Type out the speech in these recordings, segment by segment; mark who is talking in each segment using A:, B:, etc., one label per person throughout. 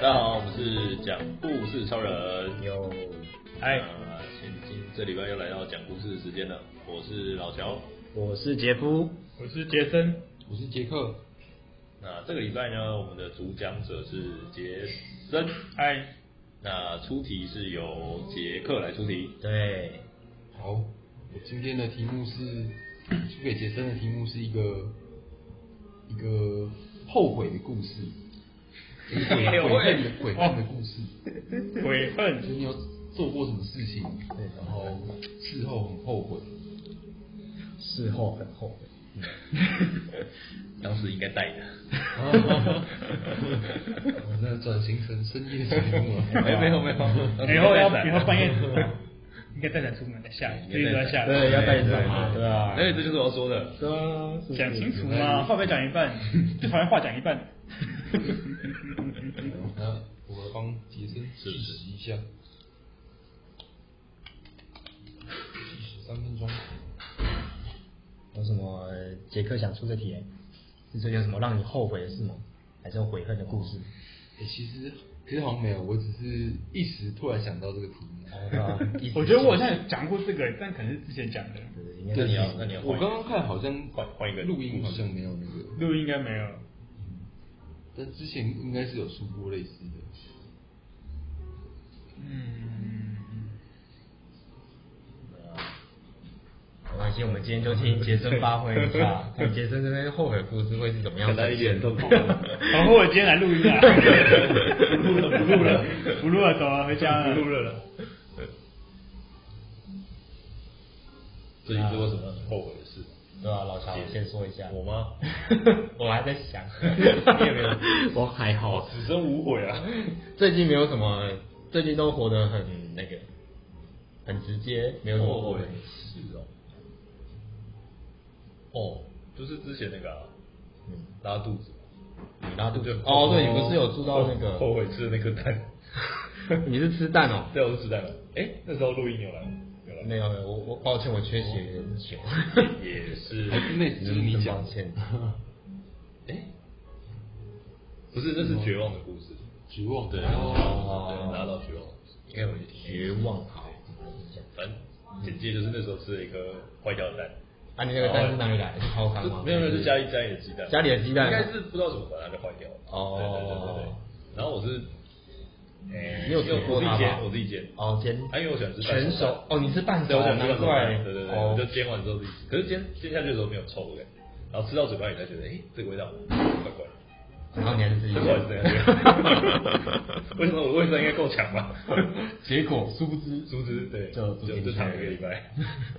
A: 大家好，我们是讲故事超人。
B: 有，
A: 哎，
B: 嗨，
A: 那现今这礼拜又来到讲故事的时间了，我是老乔。
B: 我是杰夫，
C: 我是杰森，
D: 我是杰克，
A: 那这个礼拜呢，我们的主讲者是杰森。
C: 嗨，
A: 那出题是由杰克来出题。
B: 对，
D: 好，我今天的题目是输给杰森的题目是一个一个后悔的故事，一个悔
C: 哎
D: 悔
C: 我
D: 恨的悔恨的故事，
C: 悔
D: 就
C: 恨
D: 是你有做过什么事情，对，然后事后很后悔，
B: 事后很后悔。
A: 当时应该带的。
B: 哦
D: 我那转型成深夜节目了，
A: 没有没有没有， 当时
C: 以后
A: 带
C: 要
A: 伞
C: 以后半夜 应该带伞出门，下雨，最近都在下
B: 对，
C: 雨，
B: 要带伞嘛，对啊，
A: 哎，这就是我要说的。
B: 对啊，是不是
C: 讲 清楚嘛，话没讲一半，就好像话讲一半。
D: 那我帮杰森计时一下，计时三分钟。
B: 有什么杰克想出这题？是这有什么让你后悔的事吗？还是有悔恨的故事？
D: 欸，其实其实好像没有，我只是一时突然想到这个题目。
A: 哦
B: 啊，一
C: 我觉得我好像有讲过这个，但可能是之前讲的，
B: 应该
A: 那
B: 是
A: 你要那你要换
D: 我
A: 一个
D: 刚刚看好像
A: 换换一个
D: 录音
A: 故
D: 好
A: 事
D: 像没有那个，
C: 录音应该没有。
D: 但之前应该是有出过类似的。
C: 嗯，
B: 没关系，我们今天就听杰森发挥一 下，看杰森这边后悔故事会是怎么样
D: 可能一点都不
C: 然后我今天来录 音啊，不录了，不录了，不录了，走啊了，回家了，不录了。
A: 最近做过什么很后悔的事？
B: 对啊，老乔先说一下，
A: 我 吗？
B: 我还在想，
A: 你也没有，
B: 我还好，
A: 此生无悔啊！
B: 最近没有什么，最近都活得很那个，很直接，没有什么后悔。
A: 是哦。哦，就是之前那个啊
B: 嗯，
A: 拉肚子，
B: 你拉肚子
A: 对
B: 哦，对你不是有住到那
A: 后
B: 个，
A: 悔吃的那颗 蛋？
B: 你是吃 蛋哦？
A: 对，我是吃蛋了。哎，那时候录音有来吗？有来吗。
B: 啊没有没有，我我抱歉，我缺席了很久。
A: 也是，
D: 还是那次就是你讲
B: 抱歉，
A: 哎，不是，这是绝望的故事。
D: 绝望
A: 对，
D: 哦，
A: 对，拿到绝望的故事，应该我去听。
B: 绝望嗯好。我跟你讲
A: 反正简介就是那时候吃了一颗坏掉的蛋，
B: 啊，你那个蛋是哪里来的？是超商
A: 就
B: 吗？
A: 没有没有，就家里家里的鸡蛋，
B: 家里的鸡蛋
A: 应该是不知道怎么把它就坏掉了。
B: 哦
A: 对对对对对。然后我是，哎
B: 你有
A: 因为
B: 煮
A: 我
B: 过
A: 自己
B: 它
A: 煎，
B: 吗？
A: 我自己煎。
B: 哦，煎。
A: 啊因为我喜欢吃蛋
B: 全熟哦，你是半
A: 对，
B: 熟，
A: 我想吃
B: 难
A: 到
B: 怪。
A: 对对对，
B: 哦
A: 我就煎完之后自己吃，可是煎煎下去的时候没有臭的感觉，然后吃到嘴巴里才觉得，哎，这个味道怪怪的。
B: 然后你还是自己
A: 不好
B: 煎
A: 意思，为什么我的味道应该够强吧？
B: 结果殊不知，
A: 殊不知，对，
B: 就
A: 就
B: 住进去
A: 就躺了一个礼拜。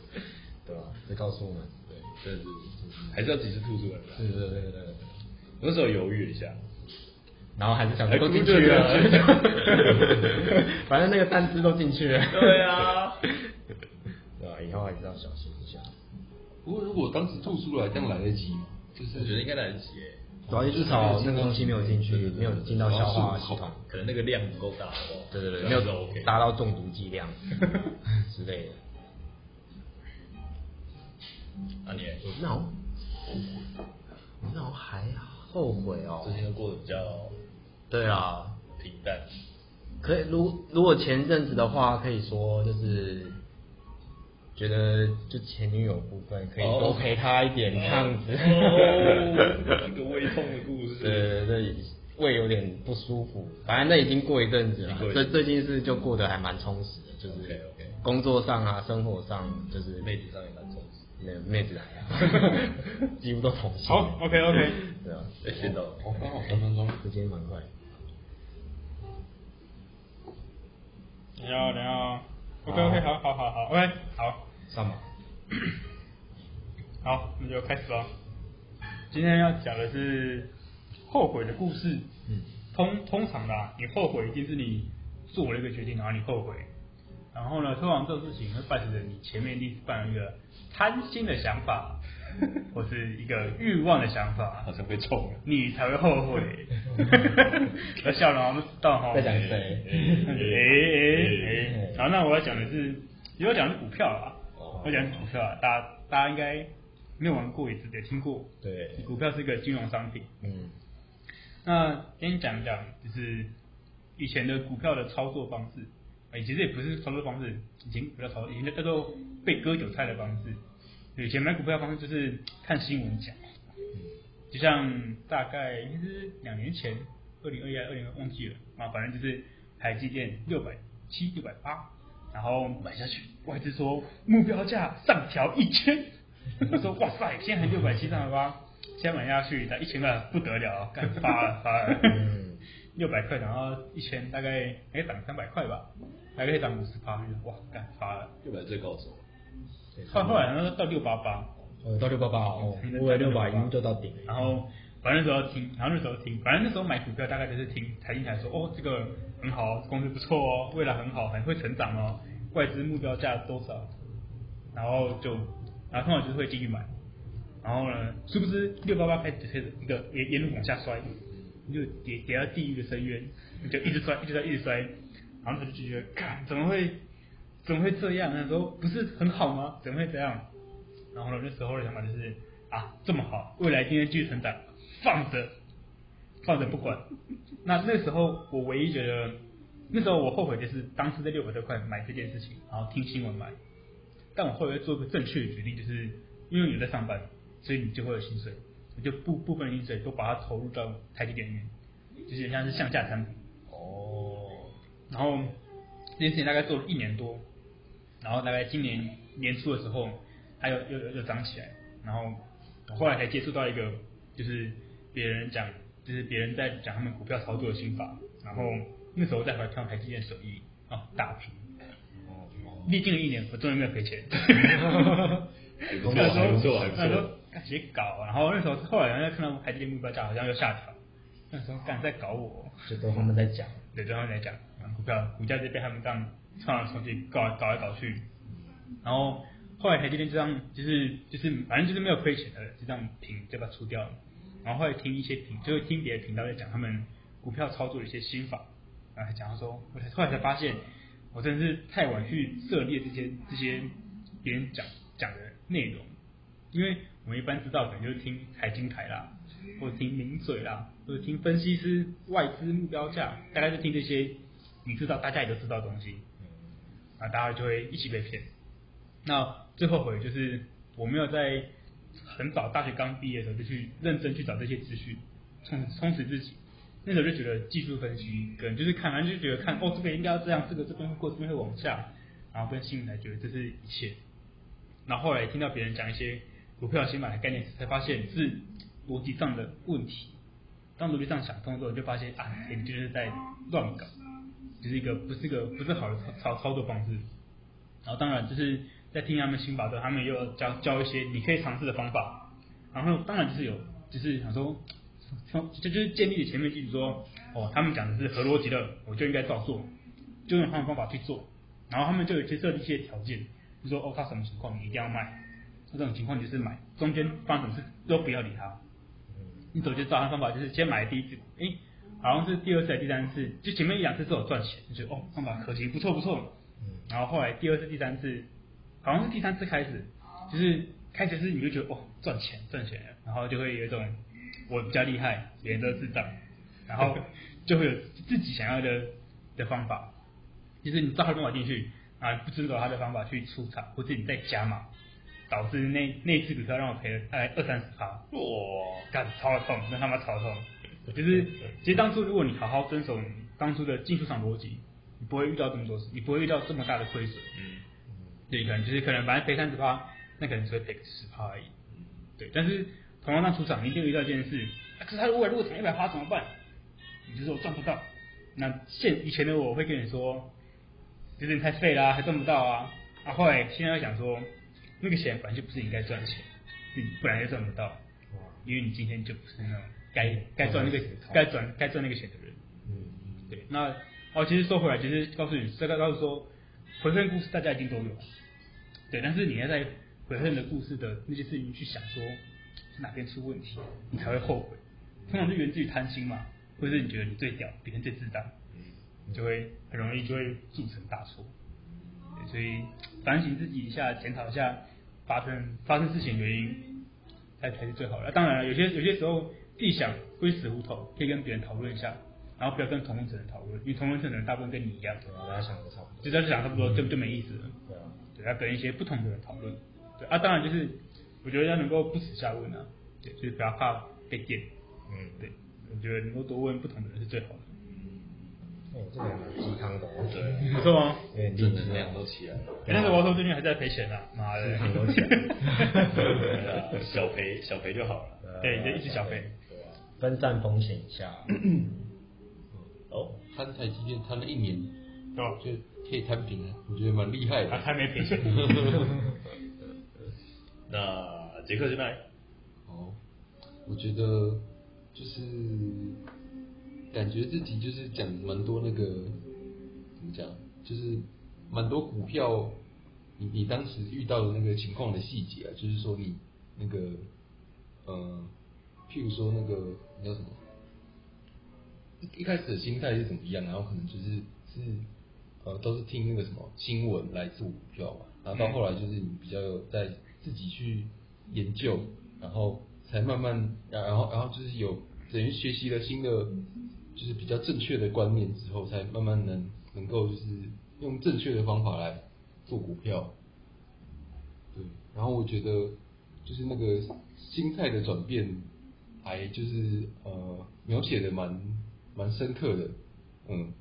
B: 对吧？这告诉我们，
A: 对， 真的是还是要及时吐出来的。
B: 对对对对对。
A: 我那时候犹豫了一下，
B: 然后还是想
A: 哎
B: 说都进去
A: 对对
B: 了
A: 对，
B: 反正那个单汁都进去了。
A: 对 啊，
B: 对啊吧？以后还是要小心一下。
D: 不过如果当时吐出来，这样来得及吗？就是
A: 我觉得应该来得及耶，
B: 主要至少那个东西没有进去，没有进到消化系统。
A: 可能那个量不够大，好不好
B: 对对对，
A: 这
B: 没
A: 样
B: 有
A: 就 OK。
B: 达到中毒剂 量之类的。
A: 那啊你
B: 我那我我那我还后悔哦
A: 最近都过得比较
B: 对啊，
A: 平淡，
B: 可以，如如果前阵子的话，可以说就是觉得就前女友部分可以
A: 哦
B: 多陪她一点这样子。
A: 哦，这个胃痛的故事。
B: 对对对，胃有点不舒服，反正那已经过一阵子了
A: 已经过一。
B: 最
A: 阵子
B: 最近是就过得还蛮充实的，就是
A: OK，OK
B: 工作上啊，生活上就是
A: 妹子上也蛮重视，
B: 没有妹 子还好，几乎都同性。
C: 好，OK OK，
B: 对啊，
A: 哎，先到了。
D: 哦，刚好三分钟。
B: 时间蛮快的。
C: 等一下哦等一下哦，OK OK，好好好好，OK，好。
B: 上吧。
C: 好，那就开始吧。今天要讲的是后悔的故事。
B: 嗯，
C: 通通常啦，你后悔一定是你做了一个决定，然后你后悔。然后呢，通常这种事情会伴随着你前面一定是伴有一个贪心的想法，或是一个欲望的想法，
A: 好像被冲了。
C: 你才会后悔。 要笑了吗？不知道哈。
B: 在讲谁
C: 哎哎哎！好，那我要讲的是，也有讲的是股票啊
B: 哦，
C: 我讲的是股票啊，大家大家应该没有玩过也只得听过。
B: 对，
C: 股票是一个金融商品。
B: 嗯，
C: 那先讲讲就是以前的股票的操作方式，哎，其实也不是操作方式，以前股票操，以前叫做被割韭菜的方式。以前买股票的方式就是看新闻讲，就像大概应该是两年前，二零二一、二零忘记了啊，反正就是台积电六百七、六百八，然后买下去，外资说目标价上调一千，我说哇塞，现在还六百七、上百八，现在买下去，那一千块不得了，干发了发了，六百块，然后一千大概可以涨三百块吧，大概可以涨五十趴，哇，干发了，
A: 六百最高手，
B: 对
C: 后后来好像到六八八，
B: 哦，到六八八哦，我有六百一路就到顶了。
C: 然后反正那时候听，然后那时候听，反正那时候买股票大概就是听财经台说，哦，这个很好，公司不错哦，未来很好，很会成长哦，外资目标价多少，然后就，然后通常就是会进去买，然后呢，殊不知六八八开始开始一个沿沿路往下摔，你就跌跌到地狱的深渊，你就一直摔，一直摔，一直摔，然后他就觉得，看怎么会怎么会这样？那时候不是很好吗？怎么会这样？然后呢，那时候的想法就是啊，这么好，未来今天继续成长，放着，放着不管。那那时候我唯一觉得，那时候我后悔就是当时在六百多块买这件事情，然后听新闻买。但我后来做个正确的决定，就是因为你在上班，所以你就会有薪水，我就部部分的薪水都把它投入到台积电里面，就是像是向下产品。
A: 哦，
C: 然后这件事情大概做了一年多，然后大概今年年初的时候，它又又又又涨起来，然后我后来才接触到一个，就是别人讲，就是别人在讲他们股票操作的心法，然后那时候再回来看台积电手艺啊打平，哦历经了一年，我终于没有赔 钱。
A: 还不错，
C: 那时
A: 还
C: 候
A: 不错，还不
C: 那时候
A: 错。
C: 干谁搞啊？然后那时候后来好像看到台积电目标价好像又下调，那时候干在搞我。
B: 就都他们在讲，
C: 对对他们来讲，股票股价就被他们这样冲来冲去，搞来搞来搞去，然后后来台积电就这样，就是就是反正就是没有亏钱的，就这样平就把它出掉了。然后后来听一些频，就会听别的频道在讲他们股票操作的一些心法，然后还讲到说，我才后来才发现，我真的是太晚去涉猎这些这些别人讲讲的内容，因为我们一般知道可能就是听财经台啦，或者听名嘴啦，或者听分析师、外资目标价，大概就听这些你知道，大家也都知道的东西，啊，大家就会一起被骗。那最后悔就是我没有在很早大学刚毕业的时候就去认真去找这些资讯，充充实自己。那时候就觉得技术分析跟就是看完就觉得看哦这个应该要这样，这个这边会过，这边会往下，然后跟心理来觉得这是一切。然后后来听到别人讲一些股票新买的概念时，才发现是逻辑上的问题。当逻辑上想通之后，你就发现啊，你就是在乱搞，就是一个不是一个不是好的操操操作方式。然后当然就是在听他们新法之后，他们也有教教一些你可以尝试的方法。然后当然就是有，就是想说，从这就是建立前面基础说，哦，他们讲的是合逻辑的，我就应该照做，就用他们方法去做。然后他们就有去设计一些条件，就说哦，他什么情况你一定要卖，那这种情况你就是买，中间发生什么事都不要理他。你走就照他方法，就是先买第一次，诶、好像是第二次、还是第三次，就前面一两次都有赚钱，就觉得哦，方法可行，不错不错。然后后来第二次、第三次，好像是第三次开始，就是开始是你就觉得哦，赚钱赚钱了，然后就会有一种我比较厉害，别人都是智障，然后就会有自己想要的的方法，就是你照他的方法进去啊，不遵守他的方法去出场，或者你再加码，导致那那一只股票让我赔了大概二三十趴。
A: 哇，
C: 干超痛，那他妈超痛。就是其实当初如果你好好遵守你当初的进出场逻辑，你不会遇到这么多事，你不会遇到这么大的亏损。
A: 嗯，
C: 对，可能就是可能反正赔三十趴，那可能只会赔个十趴而已。对，但是同样让出场，你一定遇到一件事，啊可是他如果如果涨一百趴怎么办？你就说我赚不到。那现以前的我会跟你说，就是你太废啦、还赚不到啊。啊，后来现在会想说，那个钱本来就不是你该赚的钱，你本来就赚不到。哦因为你今天就不是那种该该赚那个该赚该赚那个钱的人。
B: 嗯，
C: 对，那哦，其实说回来，其实告诉你，这个告诉说，回恨故事大家一定都有，对，但是你要在回恨的故事的那些事情去想说是哪边出问题，你才会后悔。通常是源自于贪心嘛，或者是你觉得你最屌，别人最智障，你就会很容易就会铸成大错。对所以反省自己一下，检讨一下发生发生事情的原因，才才是最好的。当然了，有些有些时候自己想归死胡同，可以跟别人讨论一下，然后不要跟同龄层的讨论，因为同龄层的人大部分跟你一样，
B: 对啊，大家想的差不多。
C: 就在这讲差不多就就没意思了。
B: 对啊，
C: 对，要跟一些不同的人讨论。对啊，当然就是我觉得要能够不耻下问啊，对，就是不要怕被电。
B: 嗯，
C: 对，我觉得能够多问不同的人是最好的。
B: 哎，这个蛮鸡汤的哦，
A: 对，
C: 不错吗？
B: 有点励
D: 正能
B: 志
D: 量都
B: 哦。
D: 起来了。
C: 哎那个王头最近还在赔钱呢、妈的！
A: 对啊 小赔小赔就好了。
C: 对，就一直小 费。
B: 对啊，分散风险一下。
A: 哦，
D: 摊台积电摊了一年，
C: 对吧？
D: 就可以摊平了，我觉得蛮厉 害
C: 啊他
D: 的。
C: 还没赔钱。
A: 那杰克现在
D: 哦，我觉得就是感觉自己就是讲蛮多那个怎么讲，就是蛮多股票你你当时遇到的那个情况的细节啊，就是说你那个呃，譬如说那个那叫什么，一一开始的心态是怎么样，然后可能就是是呃都是听那个什么新闻来做股票嘛，然后到后来就是你比较有在自己去研究，然后才慢慢，然然后然后就是有等于学习了新的就是比较正确的观念之后，才慢慢能能够就是用正确的方法来做股票，对，然后我觉得就是那个心态的转变，还就是呃描写的蛮蛮深刻的，嗯，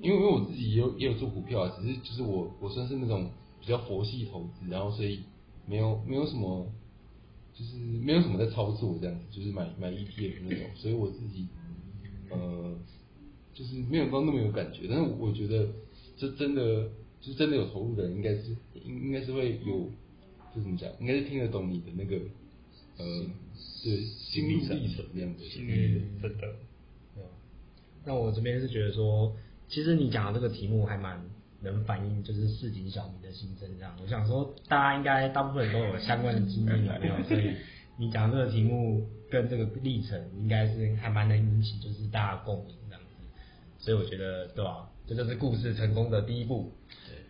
D: 因为因为我自己也有也有做股票啊，只是就是我我算是那种比较佛系投资，然后所以没有没有什么就是没有什么在操作这样子，就是买买 ETF 那种，所以我自己呃就是没有到那么有感觉，但是我觉得这真的就是真的有投入的人，应该是应应该是会有，就怎么讲，应该是听得懂你的那个呃，对，心路历程这样子。
C: 嗯，真的。
B: 对啊那我这边是觉得说，其实你讲的这个题目还蛮能反映就是市井小民的心声这样。我想说，大家应该大部分人都有相关的经验，有没有？所以你讲这个题目跟这个历程，应该是还蛮能引起就是大家共鸣这样子。所以我觉得，对吧、这就是故事成功的第一步，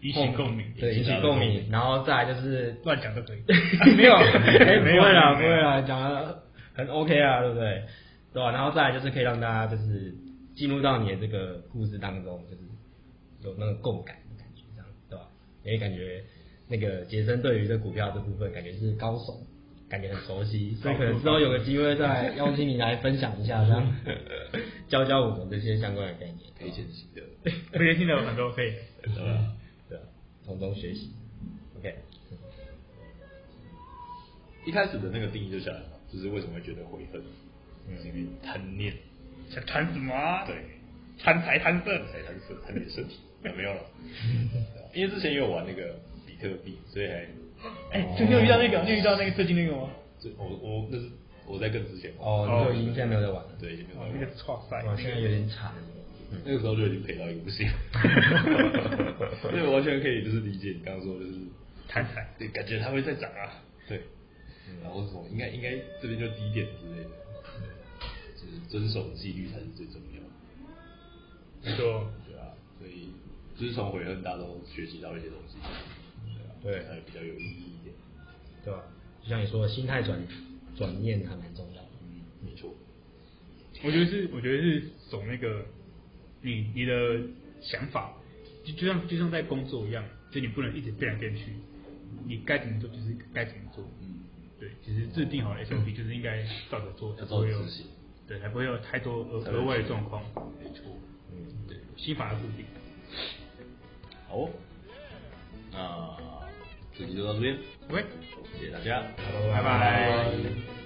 C: 引起共鸣
B: 对，
A: 引
B: 引
A: 起大
B: 起
A: 家的
B: 共
A: 共
B: 鸣，然后再来就是
C: 乱讲都可以。
B: 没有，哎，不
C: 没有啊
B: 会啦，不
C: 没有
B: 会啦，讲的很 OK 啊，对不对？对吧、啊然后再来就是可以让大家就是进入到你的这个故事当中，就是有那个共感的感觉，这样对吧、因为感觉那个杰森对于这股票这部分感觉是高手，感觉很熟悉，所以可能之后有个机会再邀请你来分享一下，这样教教我们这些相关的概念，
D: 赔钱型的，
C: 我也听了有很多可以。
A: 对啊吧？
B: 对吧、从中学习。OK，
A: 一开始的那个定义就下来了，就是为什么会觉得悔恨，是因为贪念，
C: 想谈什么啊？
A: 嗯对，
C: 贪财贪色。
A: 才贪色，贪点身体，啊 没有了。因为之前也有玩那个比特币，所以还
C: 哎，最近有遇到那个，你有遇到那个最近那个吗？
A: 就我我那是我在更之前玩，
B: 哦，这个已经现在没有在玩了，
A: 对，已经没有在，
C: 哦那
A: 玩
C: 个哇塞，
B: 哇，现在有点惨。
C: 嗯
A: 那个时候就已经赔到一个不行， 所以我完全可以就是理解你刚刚说就是
C: 贪财。
A: 对，感觉它会再涨啊，对，然后什么应该应该这边就低点之类的，对，就是遵守纪律才是最重要的，
C: 没错，
A: 对啊，所以就是从悔恨大家都学习到一些东西，对
B: 对
A: 啊，才比较有意义一点，
B: 对吧？就像你说的，心态转转念还蛮重要的。
A: 嗯，没错，
C: 我觉得是，我觉得是走那个你你的想法，就就像就像在工作一样，就你不能一直变来变去，你该怎么做就是该怎么做。
A: 嗯，
C: 对，其实制定好的 SOP 就是应该照着做，才
A: 要
C: 不
A: 照
C: 会有
A: 执行，
C: 对，才不会有太多额
A: 才不会
C: 额外的状况。
A: 没错，
B: 嗯，
C: 对，心法要固定。
A: 好哦，那这集就到这边，
C: OK，
A: 谢谢大家，
B: 好，
C: 拜拜。
D: 拜